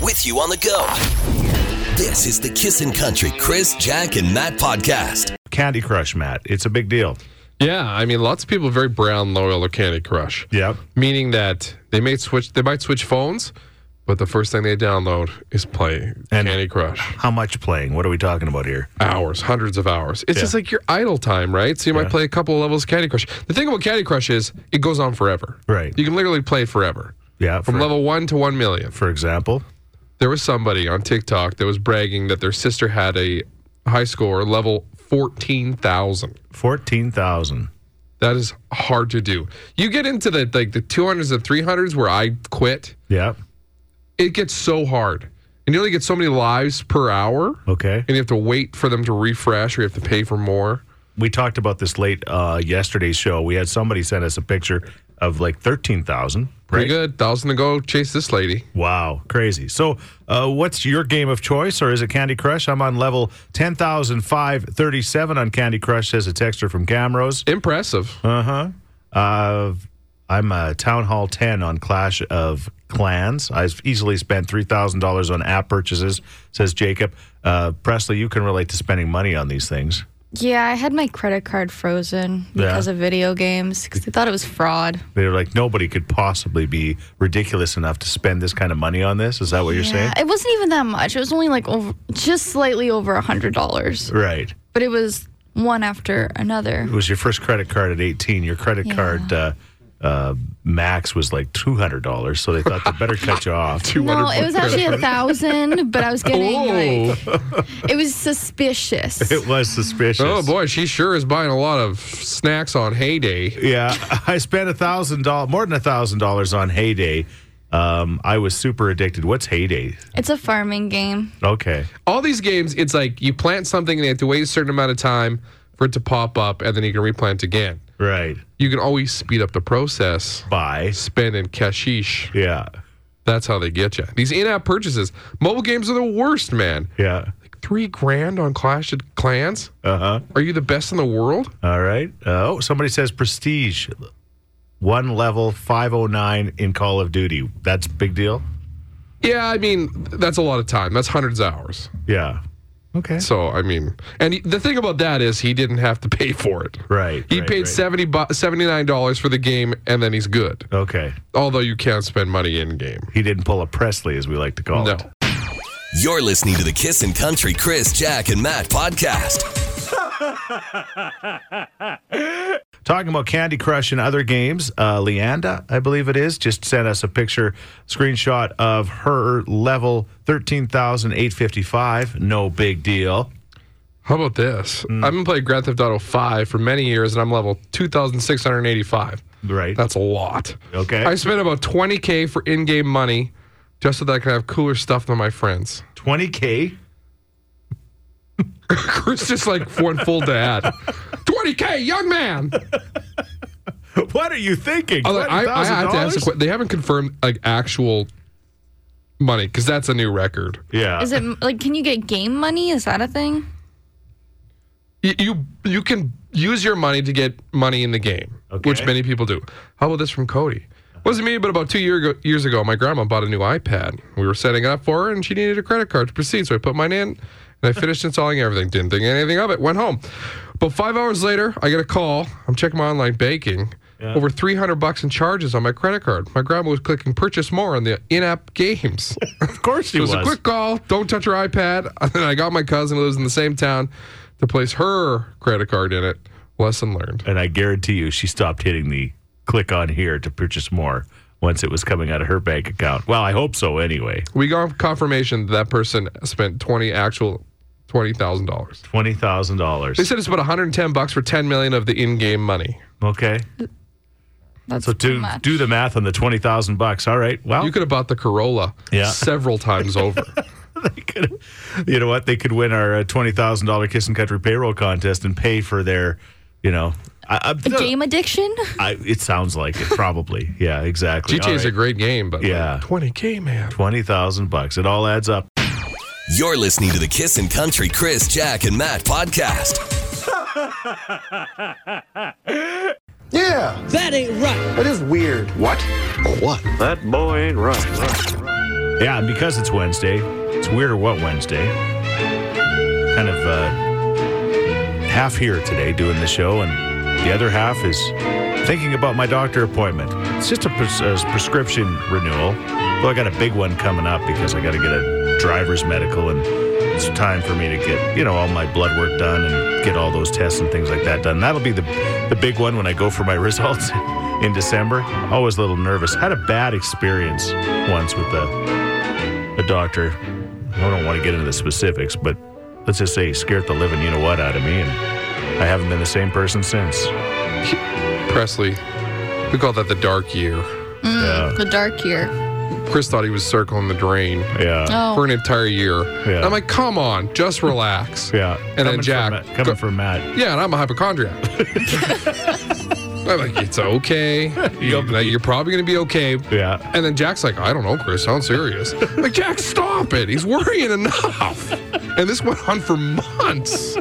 with you on the go. This is the Kissin' Country Chris, Jack, and Matt podcast. Candy Crush, Matt. It's a big deal. Yeah, I mean, lots of people are very brown, loyal, or Candy Crush. Yep. Meaning that they may switch, they might switch phones, but the first thing they download is play And- Candy Crush. How much playing? What are we talking about here? Hours, hundreds of hours. It's just like your idle time, right? So you might play a couple of levels of Candy Crush. The thing about Candy Crush is it goes on forever. Right. You can literally play forever. Yeah. From for, level one to one million. for example. There was somebody on TikTok that was bragging that their sister had a high score level 14,000. Fourteen thousand. That is hard to do. You get into the like the 200s and 300s where I quit, Yep. it gets so hard. And you only get so many lives per hour, Okay. and you have to wait for them to refresh or you have to pay for more. We talked about this late uh, yesterday's show. We had somebody send us a picture of like thirteen thousand. Pretty good. 1,000 to go chase this lady. Wow, crazy. So, uh, what's your game of choice, or is it Candy Crush? I'm on level 10,537 on Candy Crush, says a texter from Camrose. Impressive. Uh-huh. Uh I'm uh, Town Hall 10 on Clash of Clans. I've easily spent $3,000 on app purchases, says Jacob. Uh, Presley, you can relate to spending money on these things. Yeah, I had my credit card frozen because Yeah. of video games because they thought it was fraud. They're like, nobody could possibly be ridiculous enough to spend this kind of money on this. Is that what you're saying? It wasn't even that much. It was only like over, just slightly over a hundred dollars, Right. but it was one after another. It was your first credit card at 18. Your credit Yeah. card uh, uh, max was like $200, so they thought they better cut you off. No, it was actually a credit thousand, but I was getting Oh. like it was suspicious. It was suspicious. Oh boy, she sure is buying a lot of snacks on Heyday. Yeah, I spent a thousand dollars, more than a thousand dollars on Heyday. Um, I was super addicted. What's Heyday? It's a farming game. Okay, All these games, it's like you plant something and you have to wait a certain amount of time for it to pop up, and then you can replant again. right. You can always speed up the process. Bye. Spend in cashish. Yeah, That's how they get you. These in-app purchases. Mobile games are the worst, man. yeah. Three grand on Clash of Clans? Uh huh. Are you the best in the world? All right. Uh, oh, somebody says prestige. One level five oh nine in Call of Duty. That's a big deal. Yeah, I mean, that's a lot of time. That's hundreds of hours. Yeah. Okay. So, I mean, and he- the thing about that is he didn't have to pay for it. Right. He right, paid right. seventy bu- $79 for the game, and then he's good. Okay. Although you can't spend money in game. He didn't pull a Presley, as we like to call No. it. You're listening to the Kissin' Country Chris, Jack, and Matt podcast. Talking about Candy Crush and other games, uh, Leanda, I believe it is, just sent us a picture screenshot of her level 13,855. No big deal. How about this? Mm. I've been playing Grand Theft Auto 5 for many years, and I'm level 2,685. Right. That's a lot. Okay. I spent about 20K for in game money just so that I could have cooler stuff than my friends. 20K. Chris just like one full dad. 20K, young man. What are you thinking? I, I, I have to ask a $20,000? question. They haven't confirmed like actual money because that's a new record. Yeah. Is it like can you get game money? Is that a thing? You, you you can use your money to get money in the game, which Okay. many people do. How about this from Cody? Wasn't me, but about two year ago, years ago, my grandma bought a new iPad. We were setting it up for her, and she needed a credit card to proceed. So I put mine in, and I finished installing everything. Didn't think anything of it. Went home. But five hours later, I get a call. I'm checking my online banking. Over 300 bucks in charges on my credit card. My grandma was clicking purchase more on the in-app games. Of course he It was. was a quick call. Don't touch her iPad. And then I got my cousin who lives in the same town to place her credit card in it. Lesson learned. and I guarantee you, she stopped hitting the click on here to purchase more once it was coming out of her bank account. Well, I hope so anyway. We got confirmation that that person spent twenty actual twenty thousand dollars. They $20,000. said it's about 110 bucks for 10 million of the in-game money. Okay. That's So too to much. do the math on the 20,000 bucks. All right. Well, You could have bought the Corolla Yeah. several times over. they could, you know what? They could win our uh, twenty thousand dollar Kiss and Country payroll contest and pay for their, you know, I, I, a game addiction? I, it sounds like it, probably. yeah, exactly. GTA is a great game, but Yeah. yeah, 20k man. twenty thousand bucks. It all adds up. You're listening to the Kissin' Country Chris, Jack, and Matt podcast. Yeah, That ain't right. that is weird. What? What? That boy ain't right. Yeah, and because it's Wednesday, it's weird or what Wednesday. Kind of uh, half here today doing the show, and the other half is thinking about my doctor appointment. It's just a, pres- a prescription renewal. Well, I got a big one coming up because I got to get a driver's medical, and it's time for me to get you know all my blood work done and get all those tests and things like that done. That'll be the the big one when I go for my results. In December, always a little nervous. Had a bad experience once with the a doctor. I don't want to get into the specifics, but let's just say he scared the living you know what out of me, and I haven't been the same person since. Presley, we call that the dark year. Uh. The dark year. Chris thought he was circling the drain Yeah. Yeah. Oh. for an entire year. Yeah. I'm like, come on, just relax. Yeah. And then Coming Jack- From, Matt- coming from Matt. Yeah, and I'm a hypochondriac. I'm like, it's okay. You're, like, you're probably going to be okay. Yeah. And then Jack's like, I don't know, Chris. Sounds serious. I'm like, Jack, stop it. He's worrying enough. And this went on for months.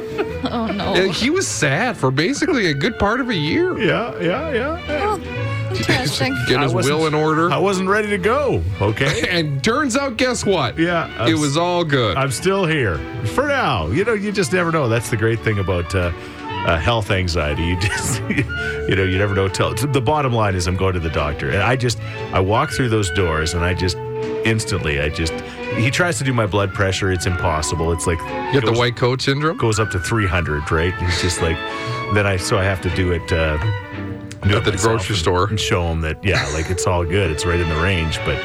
Oh no. And he was sad for basically a good part of a year. Yeah. Yeah. Yeah. Oh, interesting. Get I his wasn't- will in order. I wasn't ready to go. Okay. And turns out, guess what? Yeah. I'm it was all good. I'm still here for now. You know, you just never know. That's the great thing about uh, uh, health anxiety. You just, you know, you never know. Till the bottom line is, I'm going to the doctor, and I just, I walk through those doors, and I just instantly, I just, he tries to do my blood pressure. It's impossible. It's like Get the goes- white coat syndrome. goes up to 300, right? He's just like, then I, so I have to do it. Uh, do At the myself grocery and- store. and show them that yeah, like it's all good. It's right in the range, but.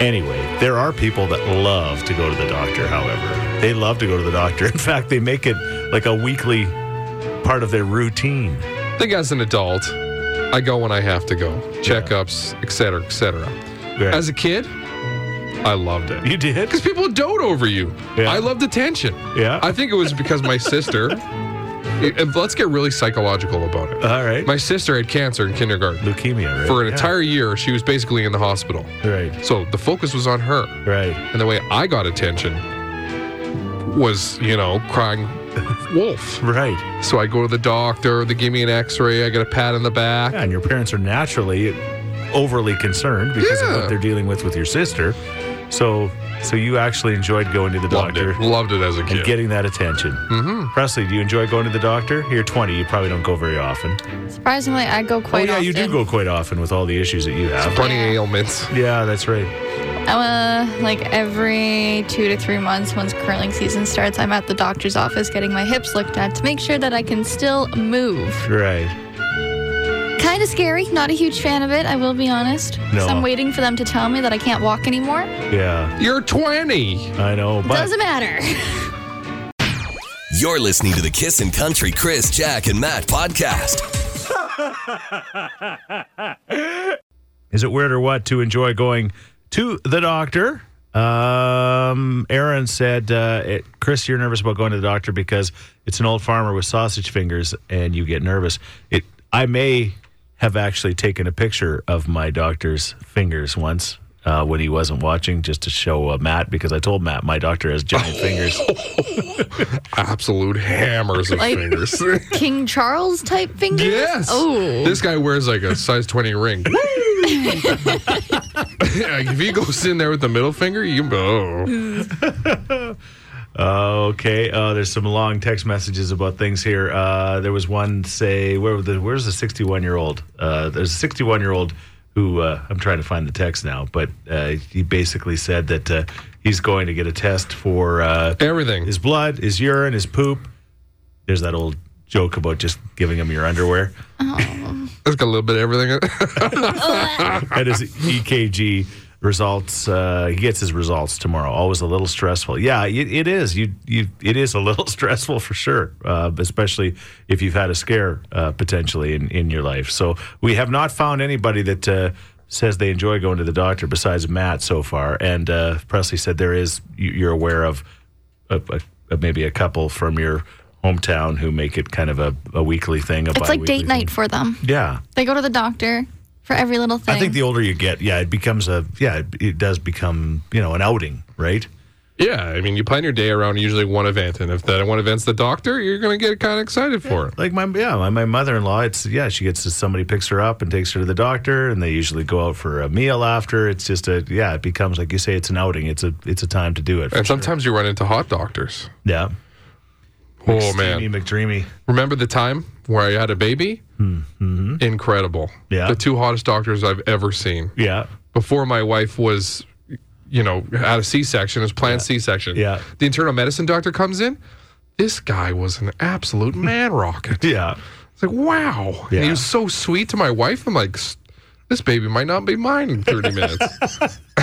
Anyway, there are people that love to go to the doctor, however. They love to go to the doctor. In fact, they make it like a weekly part of their routine. I think as an adult, I go when I have to go. Checkups, et cetera, et cetera. Yeah. As a kid, I loved it. You did? Because people dote over you. Yeah. I loved attention. Yeah. I think it was because my sister, and let's get really psychological about it. all right. My sister had cancer in kindergarten. Leukemia, right? For an Yeah. entire year, she was basically in the hospital. Right, So the focus was on her. right. And the way I got attention was, you know, crying wolf. Right. So I go to the doctor, they give me an x ray, I get a pat on the back. Yeah, and your parents are naturally overly concerned because of Yeah. what they're dealing with with your sister. So, so you actually enjoyed going to the Loved doctor it. Loved it as a and kid. getting that attention. Mm-hmm. Presley, do you enjoy going to the doctor? You're 20. You probably don't go very often. Surprisingly, I go Oh quite. yeah, you do often. go quite often with all the issues that you have. Funny ailments. Yeah, that's right. I'm uh, like every two to three months, once curling season starts, I'm at the doctor's office getting my hips looked at to make sure that I can still move. Right. Kind of scary. Not a huge fan of it. I will be honest. No. So I'm waiting for them to tell me that I can't walk anymore. Yeah, You're 20. I know. But Doesn't matter. You're listening to the Kissin' Country Chris, Jack, and Matt podcast. is it weird or what to enjoy going to the doctor? Um, Aaron said, uh, it, Chris, you're nervous about going to the doctor because it's an old farmer with sausage fingers and you get nervous. It, I may have actually taken a picture of my doctor's fingers once. Uh, when he wasn't watching, just to show uh, Matt, because I told Matt my doctor has giant fingers. Absolute hammers of Like- fingers. King Charles type fingers. yes. Oh. This guy wears like a size 20 ring. Woo! Like, if he goes in there with the middle finger, you oh. Okay. Uh, there's some long text messages about things here. Uh, there was one say, where were the, where's the 61 year old? Uh, there's a 61 year old who uh, I'm trying to find the text now, but uh, he basically said that uh, he's going to get a test for uh, everything. his blood, his urine, his poop. There's that old joke about just giving him your underwear It's got a little bit of everything. and his EKG results. Uh, he gets his results tomorrow. Always a little stressful. Yeah, it, it is. You, you, it is a little stressful for sure, uh, especially if you've had a scare uh, potentially in, in your life. So we have not found anybody that uh, says they enjoy going to the doctor besides Matt so far. And uh, Presley said there is. You, you're aware of a, a, a, maybe a couple from your hometown who make it kind of a, a weekly thing. A It's like date bi-weekly night thing. for them. Yeah. They go to the doctor for every little thing. I think the older you get, yeah, it becomes a yeah, it, it does become you know an outing, right? Yeah, I mean, you plan your day around usually one event, and if that one event's the doctor, you're going to get kind of excited for it. Like my yeah, my, my mother-in-law. It's yeah, she gets to, somebody picks her up and takes her to the doctor, and they usually go out for a meal after. It's just a yeah, it becomes like you say, it's an outing. It's a it's a time to do it. for And sure. sometimes you run into hot doctors. yeah. Oh man, Steamy McDreamy. remember the time where I had a baby? Incredible. Yeah. the two hottest doctors I've ever seen. Yeah, before my wife was, you know, had a C-section, it was planned C-section. Yeah. The internal medicine doctor comes in. This guy was an absolute man rocket. yeah. It's like, wow. And Yeah. he was so sweet to my wife. I'm like, "S- this baby might not be mine in 30 minutes.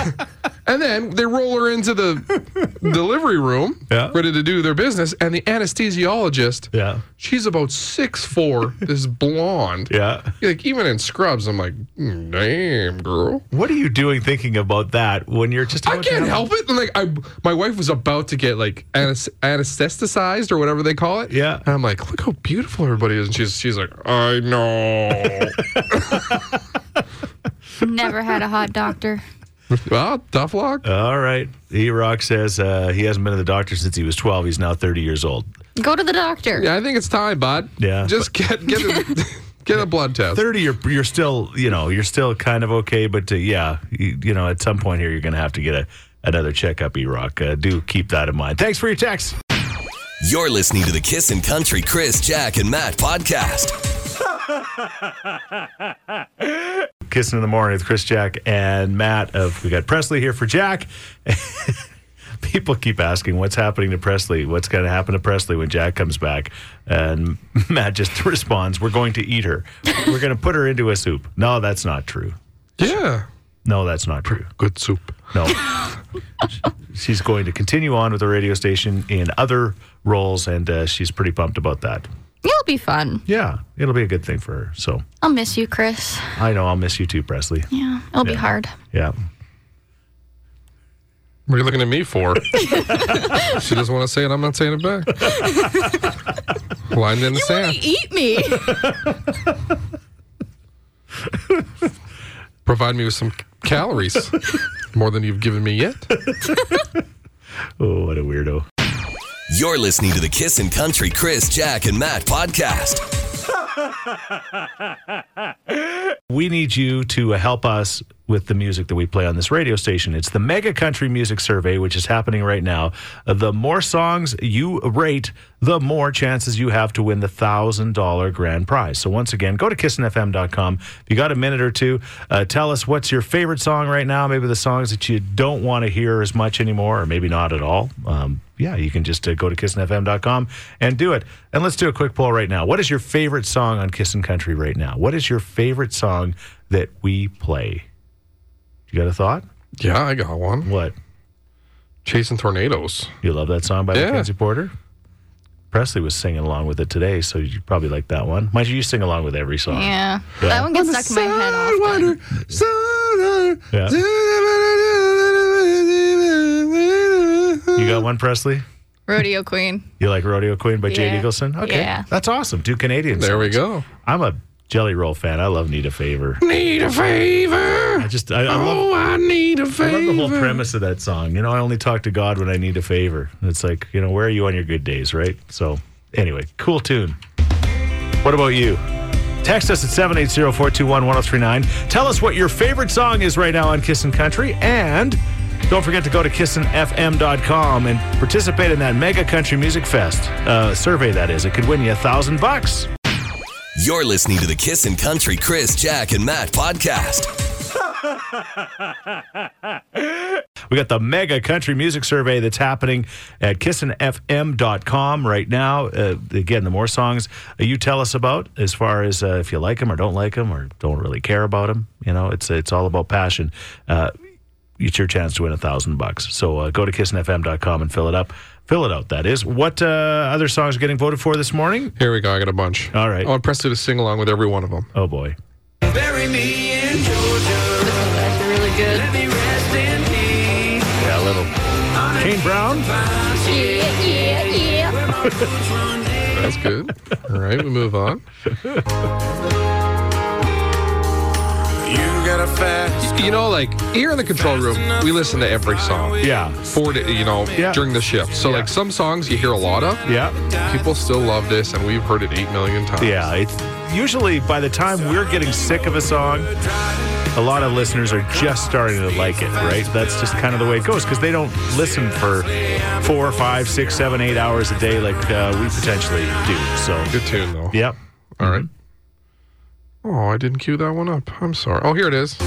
and then they roll her into the delivery room, Yeah. ready to do their business. And the anesthesiologist, Yeah. she's about 6'4, this blonde. Yeah. Like, even in scrubs, I'm like, "Mm, damn, girl. What are you doing thinking about that when you're just? I about to can't have- help it. And, like I, my wife was about to get like anes- anesthetized or whatever they call it. Yeah. and I'm like, look how beautiful everybody is, and she's she's like, I know. Never had a hot doctor. well, tough luck. All right. E Rock says uh, he hasn't been to the doctor since he was 12. He's now 30 years old. Go to the doctor. yeah, I think it's time, bud. Yeah, just get get a, get a blood test. 30, you're, you're still, you know, you're still kind of okay, but uh, yeah, you, you know, at some point here, you're going to have to get a, another checkup, E Rock. Uh, do keep that in mind. Thanks for your text. You're listening to the Kissin' Country Chris, Jack, and Matt podcast. Kissing in the morning with Chris, Jack, and Matt. Of we got Presley here for Jack. People keep asking what's happening to Presley. What's going to happen to Presley when Jack comes back? And Matt just responds, "We're going to eat her. We're going to put her into a soup." No, that's not true. Yeah, No, that's not true. good soup. No. she's going to continue on with the radio station in other roles, and uh, she's pretty pumped about that. It'll be fun. Yeah, it'll be a good thing for her. So I'll miss you, Chris. I know I'll miss you too, Presley. Yeah, it'll be Yeah. hard. Yeah. What are you looking at me for? she doesn't want to say it. I'm not saying it back. Line in the They sand. eat me. Provide me with some calories, more than you've given me yet. Oh, what a weirdo. You're listening to the Kissin' Country Chris, Jack, and Matt podcast. We need you to help us with the music that we play on this radio station. It's the Mega Country Music Survey, which is happening right now. The more songs you rate, the more chances you have to win the $1,000 grand prize. So, once again, go to kissinfm.com. If you got a minute or two, uh, tell us what's your favorite song right now, maybe the songs that you don't want to hear as much anymore, or maybe not at all. Um, yeah, you can just uh, go to kissinfm.com and do it. And let's do a quick poll right now. What is your favorite song on Kissin' Country right now? What is your favorite song that we play? You got a thought? Yeah, I got one. What? Chasing Tornadoes. You love that song by Yeah. Mackenzie Porter? Presley was singing along with it today, so you probably like that one. Mind you, you sing along with every song. yeah. That one gets stuck in my head often. Yeah. You got one, Presley? Rodeo Queen. You like Rodeo Queen by Jade Yeah. Eagleson? Okay. Yeah. That's awesome. Do Canadian There we songs. go. I'm a Jelly Roll fan. I love Need a Favor. Need a favor. I just, I, I love Oh, I need a I favor. love the whole premise of that song. You know, I only talk to God when I need a favor. It's like, you know, where are you on your good days, right? So, anyway, cool tune. What about you? Text us at 780 421 1039. Tell us what your favorite song is right now on Kissin' Country. And don't forget to go to kissinfm.com and participate in that Mega Country Music Fest uh, survey, that is. It could win you a thousand bucks. You're listening to the Kissin' Country Chris, Jack, and Matt podcast. We got the mega country music survey that's happening at kissinfm.com right now. Uh, again, the more songs you tell us about, as far as uh, if you like them or don't like them or don't really care about them, you know, it's it's all about passion. Uh, it's your chance to win a thousand bucks. So uh, go to kissinfm.com and fill it up. Fill it out. That is what uh, other songs are getting voted for this morning. Here we go. I got a bunch. All right. I want Presley to sing along with every one of them. Oh boy, Bury me in Georgia. That's really good. Let me rest in peace. yeah, a little. Kane Brown. Yeah, yeah, yeah. That's good. All right, we move on. You got a fast. You know, like here in the control room, we listen to every song. Yeah. For the- you know, Yeah. during the shift. So like some songs you hear a lot of. Yeah. People still love this, and we've heard it eight million times. Yeah. It's usually by the time we're getting sick of a song, a lot of listeners are just starting to like it, right? That's just kind of the way it goes because they don't listen for four, five, six, seven, eight hours a day like uh, we potentially do. So, Good tune though. yep. All right. Oh, I didn't cue that one up. I'm sorry. Oh, here it is.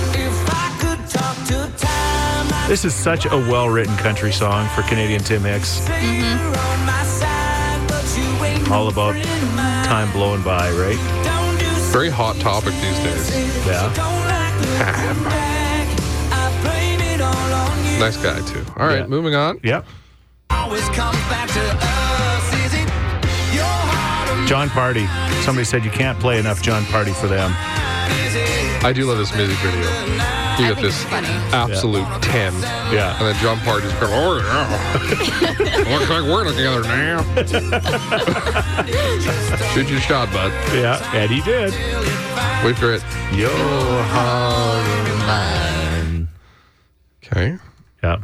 This is such a well written country song for Canadian Tim Hicks. Mm-hmm. All about time blowing by, right? Very hot topic these days. Ah, Yeah. Nice guy too. All right, Yeah. moving on. Yep. John Party. Somebody said you can't play enough John Party for them. I do love this music video. You got think this it's funny. absolute ten. Yeah. And then John Part is going, oh, yeah. Looks like we're together now. Shoot your shot, bud. Yeah, and he did. Wait for it. Yo. Okay. Yeah.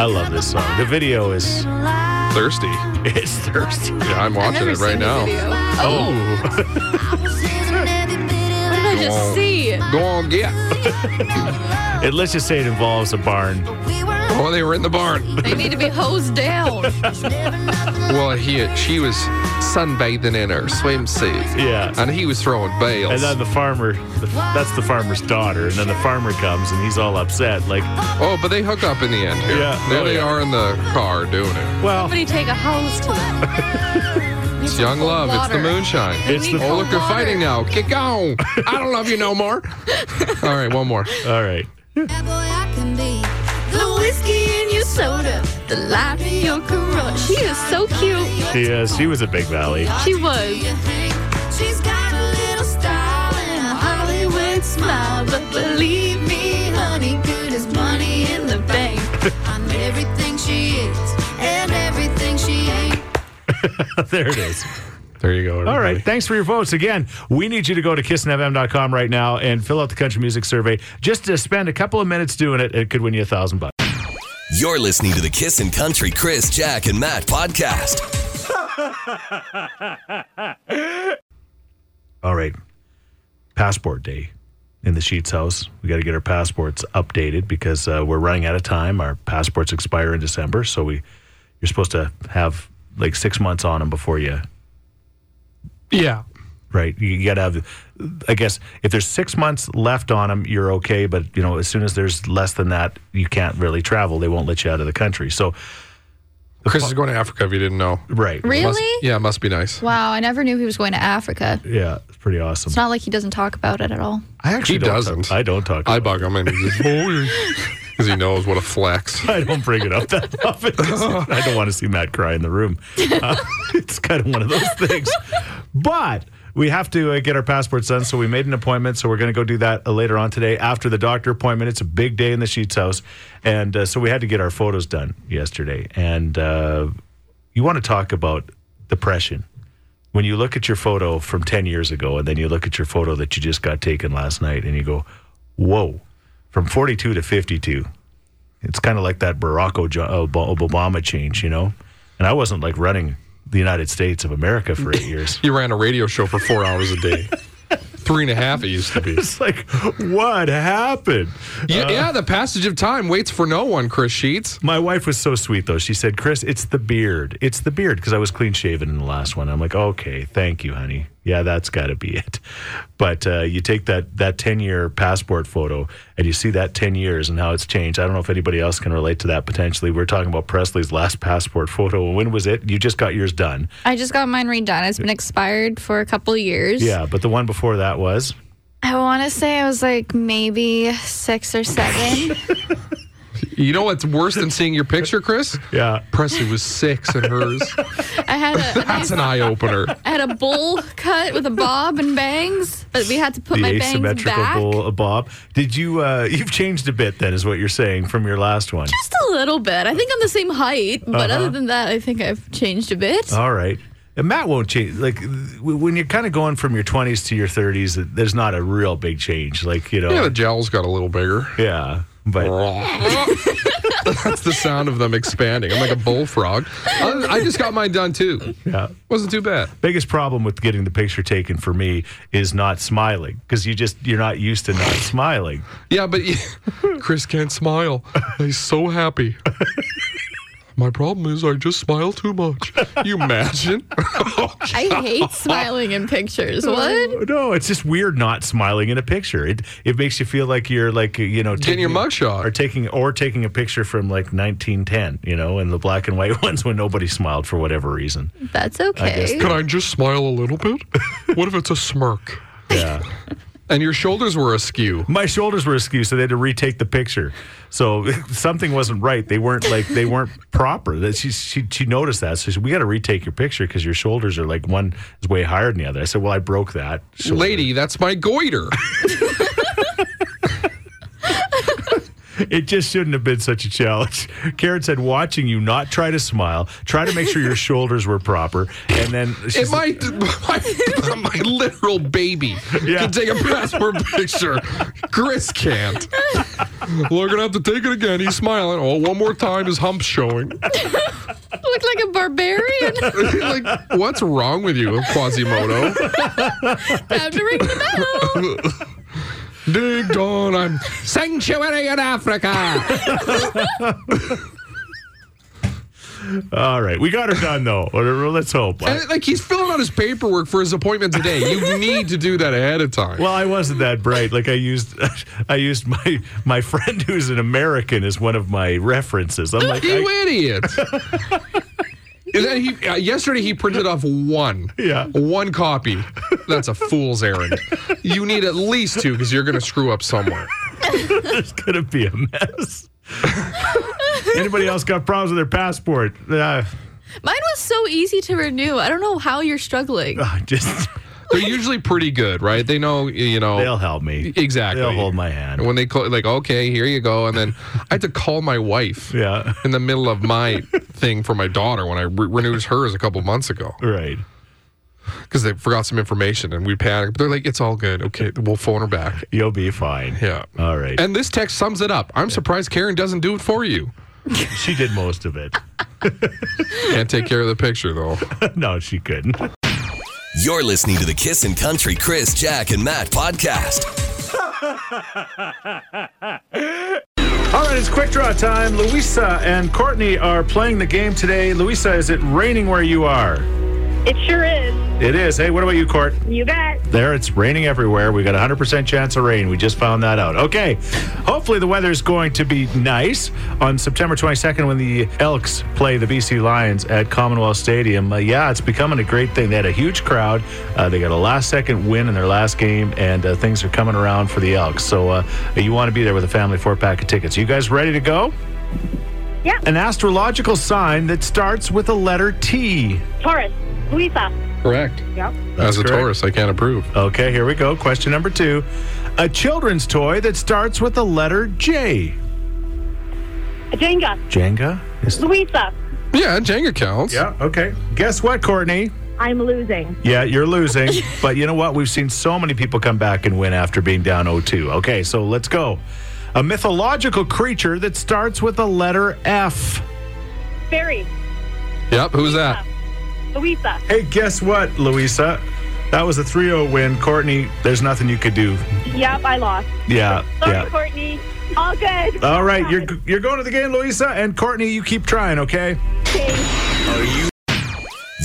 I love this song. The video is Thirsty. it's thirsty. Yeah, I'm I've watching it never right seen the now. video. Oh, what did I just Oh. see? Go on, get. And let's just say it involves a barn. Oh, they were in the barn. They need to be hosed down. Well, he she was sunbathing in her swimsuit. Yeah. And he was throwing And bales. then the farmer, the, that's the farmer's daughter. And then the farmer comes and he's all upset. Like, oh, but they hook up in the end here. Yeah. There Oh, they yeah. are in the car doing it. well, Somebody take a hose to them. It's young love. It's the water. moonshine. They It's need the- oh, cold look, they're water. fighting now. Get going. I don't love you no more. All right, one more. all right. The whiskey in your soda, the lime in your Corona. She is so cute. She, uh, she was a big valley. She was. She's got a little style and a Hollywood smile, but believe me, honey, good as money in the bank. I'm everything she is and everything she ain't. there it is. There you go. All right. Thanks for your votes. Again, we need you to go to kissnfm.com right now and fill out the country music survey. Just to spend a couple of minutes doing it, it could win you a thousand bucks. You're listening to the Kissin' Country Chris, Jack, and Matt podcast. All right. Passport day in the Sheets house. We got to get our passports updated because uh, we're running out of time. Our passports expire in December, so we you're supposed to have like six months on them before you. Yeah. Right, you, got to have. I guess if there's six months left on them, you're okay. But you know, as soon as there's less than that, you can't really travel. They won't let you out of the country. So, Chris is going to Africa if you didn't know. right, Must- Really? yeah, must be nice. Wow, I never knew he was going to Africa. yeah, it's pretty awesome. It's not like he doesn't talk about it at all. I actually He don't talk- doesn't. I don't talk. I about bug him and he's just, because he knows what a flex. I don't bring it up that often. 'cause I don't want to see Matt cry in the room. Uh, it's kind of one of those things. But we have to uh, get our passports done. So we made an appointment. So we're going to go do that uh, later on today after the doctor appointment. It's a big day in the Sheets house. And uh, so we had to get our photos done yesterday. And uh, you want to talk about depression. When you look at your photo from 10 years ago and then you look at your photo that you just got taken last night and you go, whoa, from 42 to 52. It's kind of like that Barack Ojo- Ob- Ob- Obama change, you know? And I wasn't like running the United States of America for eight years. He ran a radio show for four hours a day. Three and a half, it used to be. It's like, what happened? Yeah, yeah, the passage of time waits for no one, Chris Sheets. My wife was so sweet, though. She said, Chris, it's the beard. It's the beard because I was clean shaven in the last one. I'm like, okay, thank you, honey. Yeah, that's got to be it. But uh, you take that, that 10 year passport photo and you see that 10 years and how it's changed. I don't know if anybody else can relate to that potentially. We We're talking about Presley's last passport photo. When was it? You just got yours done. I just got mine redone. It's been expired for a couple years. Yeah, but the one before that was. I want to say I was like maybe six or seven. You know what's worse than seeing your picture, Chris? Yeah. Presley was six and hers. I had a That's an eye opener. I had a bowl cut with a bob and bangs, but we had to put the my bangs asymmetrical back bowl, bob. Did you? Uh, you've changed a bit, then, is what you're saying from your last one. Uh-huh. just a little bit. I think I'm the same height, but other than that, I think I've changed a bit. All right. And Matt won't change. Like w- when you're kind of going from your 20s to your 30s, th- there's not a real big change. Like you know, Yeah, yeah, the gels got a little bigger. but That's the sound of them expanding. I'm like a bullfrog. Uh, I I just got mine done too. yeah. Wasn't too bad. Biggest problem with getting the picture taken for me is not smiling because you just you're not used to not smiling. Yeah, but Chris can't smile. He's so happy. My problem is I just smile too much. You imagine? I hate smiling in pictures. What? No, it's just weird not smiling in a picture. It it makes you feel like you're like you know Getting your or mugshot. taking or taking a picture from like 1910, you know, and the black and white ones when nobody smiled for whatever reason. That's okay. Can I just smile a little bit? What if it's a smirk? Yeah. And your shoulders were askew. My shoulders were askew, so they had to retake the picture. So something wasn't right. They weren't like they weren't proper. That she she she noticed that. So she, we got to retake your picture because your shoulders are like one is way higher than the other. I said, well, I broke that. shoulder." Lady, that's my goiter. It just shouldn't have been such a challenge. Karen said, watching you not try to smile, try to make sure your shoulders were proper, and then she It might, my, my literal baby Yeah. can take a passport picture. Chris can't. We're gonna have to take it again. He's smiling. Oh, one more time. His hump's showing. Look like a barbarian. like, what's wrong with you, Quasimodo? Time to ring the bell. Dig dong, I'm sanctuary in Africa. all right, we got her done though. Or let's hope. and, like he's filling out his paperwork for his appointment today. You need to do that ahead of time. Well, I wasn't that bright. Like I used, I used my my friend who's an American as one of my references. I'm like, you I, idiot. And then he, uh, yesterday he printed off one. Yeah. One copy. That's a fool's errand. You need at least two because you're going to screw up somewhere. there's gonna be a mess. Anybody else got problems with their passport? Uh, Mine was so easy to renew. I don't know how you're struggling. I just They're usually pretty good, right? They know, you know. they'll help me. Oh. Exactly. They'll hold my hand. when they call, like, okay, here you go. And then I had to call my wife Yeah. in the middle of my thing for my daughter when I re- renewed hers a couple months ago Right. because they forgot some information and we panicked. But they're like, it's all good. Okay, we'll phone her back. You'll be fine. Yeah. All right. And this text sums it up. I'm surprised Karen doesn't do it for you. she did most of it. Can't take care of the picture though. no, she couldn't. You're listening to the Kissin' Country Chris, Jack, and Matt podcast. All right, it's quick draw time. Luisa and Courtney are playing the game today. Luisa, is it raining where you are? It sure is. It is. Hey, what about you, Court? You bet. There, it's raining everywhere. We got a 100% chance of rain. We just found that out. Okay. Hopefully, the weather is going to be nice on September 22nd when the Elks play the BC Lions at Commonwealth Stadium. Uh, yeah, it's becoming a great thing. They had a huge crowd. Uh, they got a last second win in their last game, and uh, things are coming around for the Elks. So, uh, you want to be there with a family four pack of tickets. You guys ready to go? Yeah. An astrological sign that starts with a letter T. Taurus. Luisa. Correct. Yep. That's As a correct. Taurus, I can't approve. Okay, here we go. Question number two. A children's toy that starts with the letter J. Jenga. Jenga? Is- Luisa. Yeah, Jenga counts. yeah, okay. Guess what, Courtney? I'm losing. Yeah, you're losing. but you know what? We've seen so many people come back and win after being down 0 2. Okay, so let's go. A mythological creature that starts with the letter F. Barry. Yep. Who's that? Luisa. Hey, guess what, Louisa? That was a 3 0 win. Courtney, there's nothing you could do. Yep, I lost. Yeah, Sorry, yeah. Courtney. All good. All right, you're, you're going to the game, Louisa. And Courtney, you keep trying, okay?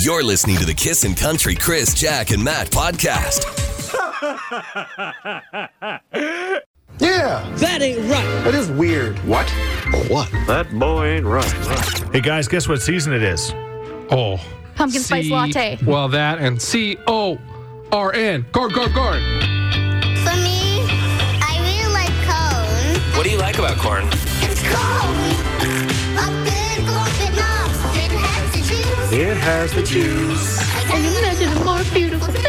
You're listening to the Kissin' Country Chris, Jack, and Matt podcast. Yeah. That ain't right. That is weird. What? What? Hey, guys, guess what season it is? Oh. Pumpkin spice C- latte. Well, that and C O R N. Guard, guard, guard. For me, I really like cone. What do you like about corn? It's cone. A big open knob. It has the juice. It has the juice. I I can can imagine a more beautiful thing.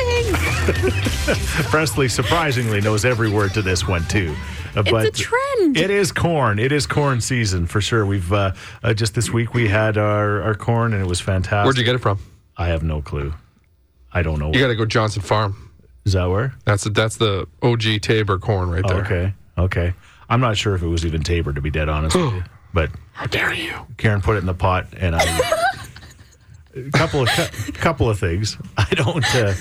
Presley surprisingly knows every word to this one too. Uh, It's a trend. It is corn. It is corn season for sure. We've uh, uh, just this week we had our, our corn and it was fantastic. Where'd you get it from? I have no clue. I don't know. You got to go Johnson Farm. Is that where? That's the, that's the OG Tabor corn right there. Okay. Okay. I'm not sure if it was even Tabor, to be dead honest with you. But How dare you? Karen put it in the pot, and I. a couple of couple of things. I don't. Uh,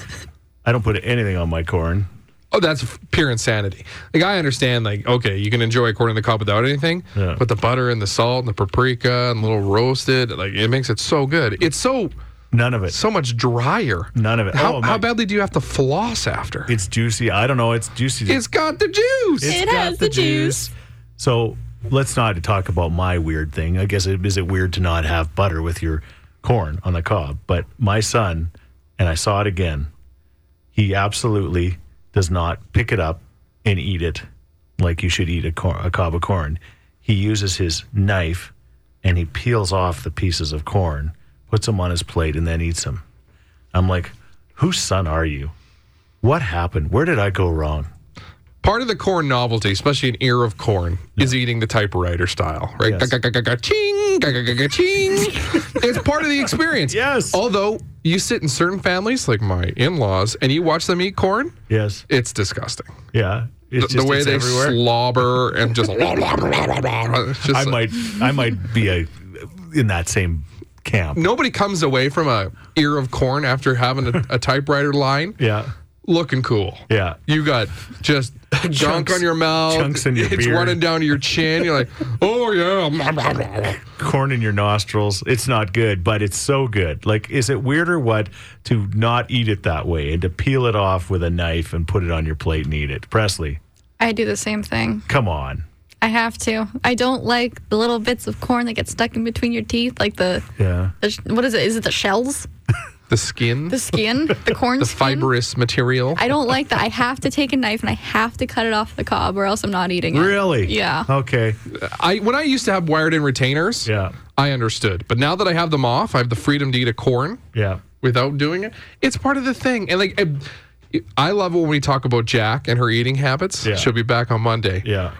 I don't put anything on my corn. Oh, that's f- pure insanity. Like I understand, like okay, you can enjoy corn in the cob without anything, Yeah. but the butter and the salt and the paprika and a little roasted, like it makes it so good. It's so None of it. so much drier. None of it. How, Oh, my- how badly do you have to floss after? It's, It's juicy. I don't know. It's juicy. got the juice. It has the juice. So let's not talk about my weird thing. I guess it, is it weird to not have butter with your corn on the cob? But my son, and I saw it again, he absolutely does not pick it up and eat it like you should eat a, cor- a cob of corn. He uses his knife and he peels off the pieces of corn, puts them on his plate, and then eats them. I'm like, whose son are you? What happened? Where did I go wrong? Part of the corn novelty, especially an ear of corn, is eating the typewriter style, right? Yes. Ga-ga-ga-ga-ga-ching, ga-ga-ga-ga-ching. it's part of the experience. Yes. Although you sit in certain families, like my in-laws, and you watch them eat corn, Yes. it's disgusting. Yeah. It's the way it's they everywhere. slobber and just, blah, blah, blah, blah, blah. It's just I might I might be a in that same camp. Nobody comes away from a ear of corn after having a, a typewriter line Yeah. looking cool. Yeah. You got just junk Chunks- on your mouth, chunks in your it's beard. running down to your chin. You're like, oh yeah, blah, blah, blah, blah." Corn in your nostrils. It's not good, but it's so good. Like is it weird or what to not eat it that way and to peel it off with a knife and put it on your plate and eat it? Presley, I do the same thing. come on. I have to. I don't like the little bits of corn that get stuck in between your teeth, like the, Yeah. the sh- what is it? Is it the shells? the skin, The the, skin? The corn skin? fibrous material. I don't like that. I have to take a knife and I have to cut it off the cob, or else I'm not eating it. Really? Yeah. Okay. I when I used to have wired-in retainers, Yeah. I understood. But now that I have them off, I have the freedom to eat a corn. Yeah. without doing it. It's part of the thing. And like, I, I love it when we talk about Jack and her eating habits. Yeah. She'll be back on Monday. Yeah.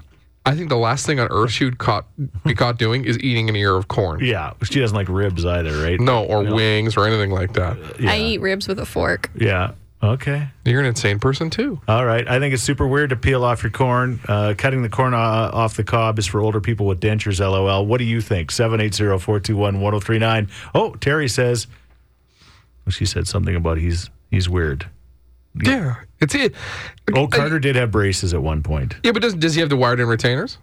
I think the last thing on earth she'd caught be caught doing is eating an ear of corn. Yeah. She doesn't like ribs either, right? No, or wings or anything like that. I eat ribs with a fork. Yeah. Okay. You're an insane person too. All right. I think it's super weird to peel off your corn. Uh, cutting the corn uh, off the cob is for older people with dentures, LOL. What do you think? 780 421 1039. Oh, Terry says, well, she said something about he's he's weird. Yeah, it's it. Oh, Carter did have braces at one point. Yeah, but does does he have the wired in retainers?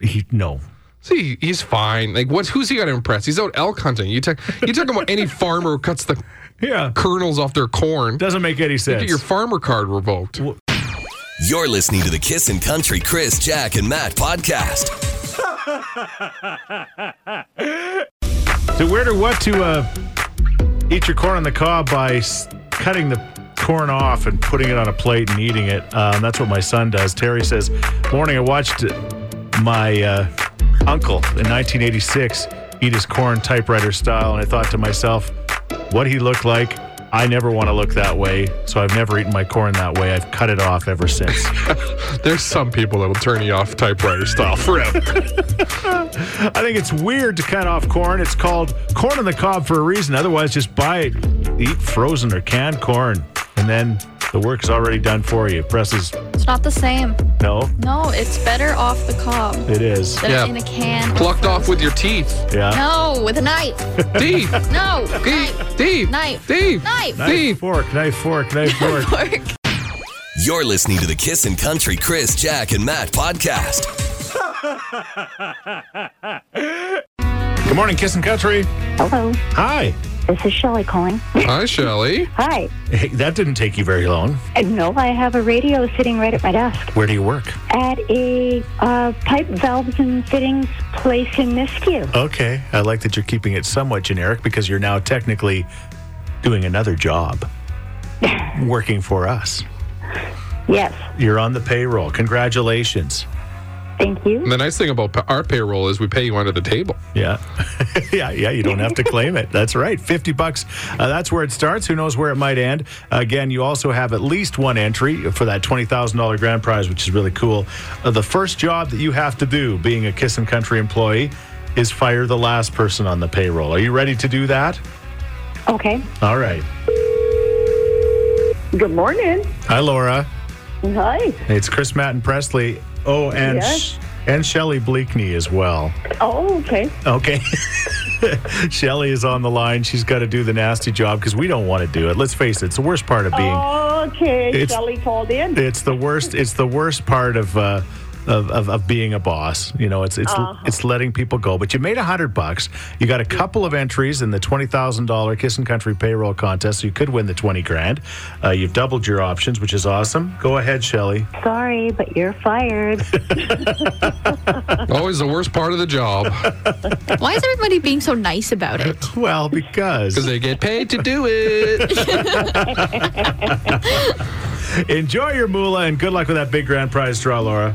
He, no. See, he's fine. Like, what's who's he got to impress? He's out elk hunting. You talk, you talking about any farmer who cuts the Yeah. kernels off their corn? Doesn't make any Get your sense. farmer card revoked. You're listening to the Kissin' Country Chris, Jack, and Matt podcast. Is it weird or what to uh, eat your corn on the cob by s- cutting the corn off and putting it on a plate and eating it? Um, that's what my son does. Terry says, Morning, I watched my uh, uncle in 1986 eat his corn typewriter style, and I thought to myself, what he looked like. I never want to look that way, so I've never eaten my corn that way. I've cut it off ever since. There's some people that'll turn you off typewriter style forever. I think it's weird to cut off corn. It's called corn on the cob for a reason. Otherwise, just buy it, eat frozen or canned corn, and then the work's already done for you. Presses, It's not the same. no, No, it's better off the cob it is. than Yeah. in a can. Plucked off with your teeth. Yeah. No, with a knife. Teeth. No, Teeth. knife. Teeth. Knife. Teeth. Knife. Knife, Teeth. fork, knife, fork, knife, fork. Fork. You're listening to the Kissin' Country Chris, Jack, and Matt podcast. Good morning, Kissin' Country. Hello, Hi. this is Shelley calling. Hi, Shelly. Hi. Hey, that didn't take you very long. And no, I have a radio sitting right at my desk Where do you work? at a uh, pipe valves and fittings place in Miskew. Okay. I like that you're keeping it somewhat generic because you're now technically doing another job working for us. Yes, You're on the payroll. Congratulations. thank you. The nice thing about pa- our payroll is we pay you under the table. Yeah. yeah, yeah, you don't have to claim it. That's right. 50 bucks. Uh, that's where it starts. Who knows where it might end? Again, you also have at least one entry for that $20,000 grand prize, which is really cool. Uh, the first job that you have to do being a Kiss and Country employee is fire the last person on the payroll. Are you ready to do that? Oh, Okay. All right. Good morning. Hi, Laura. Hi. It's Chris, Matt, and Presley. Oh, and Yes. and Shelly Bleakney as well. Oh, okay. Okay. Shelly is on the line. She's got to do the nasty job because we don't want to do it. Let's face it, it's the worst part of being. Oh. Okay. It's- Shelley called in. It's the worst. It's the worst part of. Uh, of, of, of being a boss, you know, it's it's it's letting people go. But you made a hundred bucks. You got a couple of entries in the twenty thousand dollar Kiss and Country payroll contest, so you could win the twenty grand. Uh, you've doubled your options, which is awesome. Go ahead, Shelly. Sorry, but you're fired. Always the worst part of the job Why is everybody being so nice about it? Well, because because they get paid to do it. enjoy your moolah and good luck with that big grand prize draw, Laura.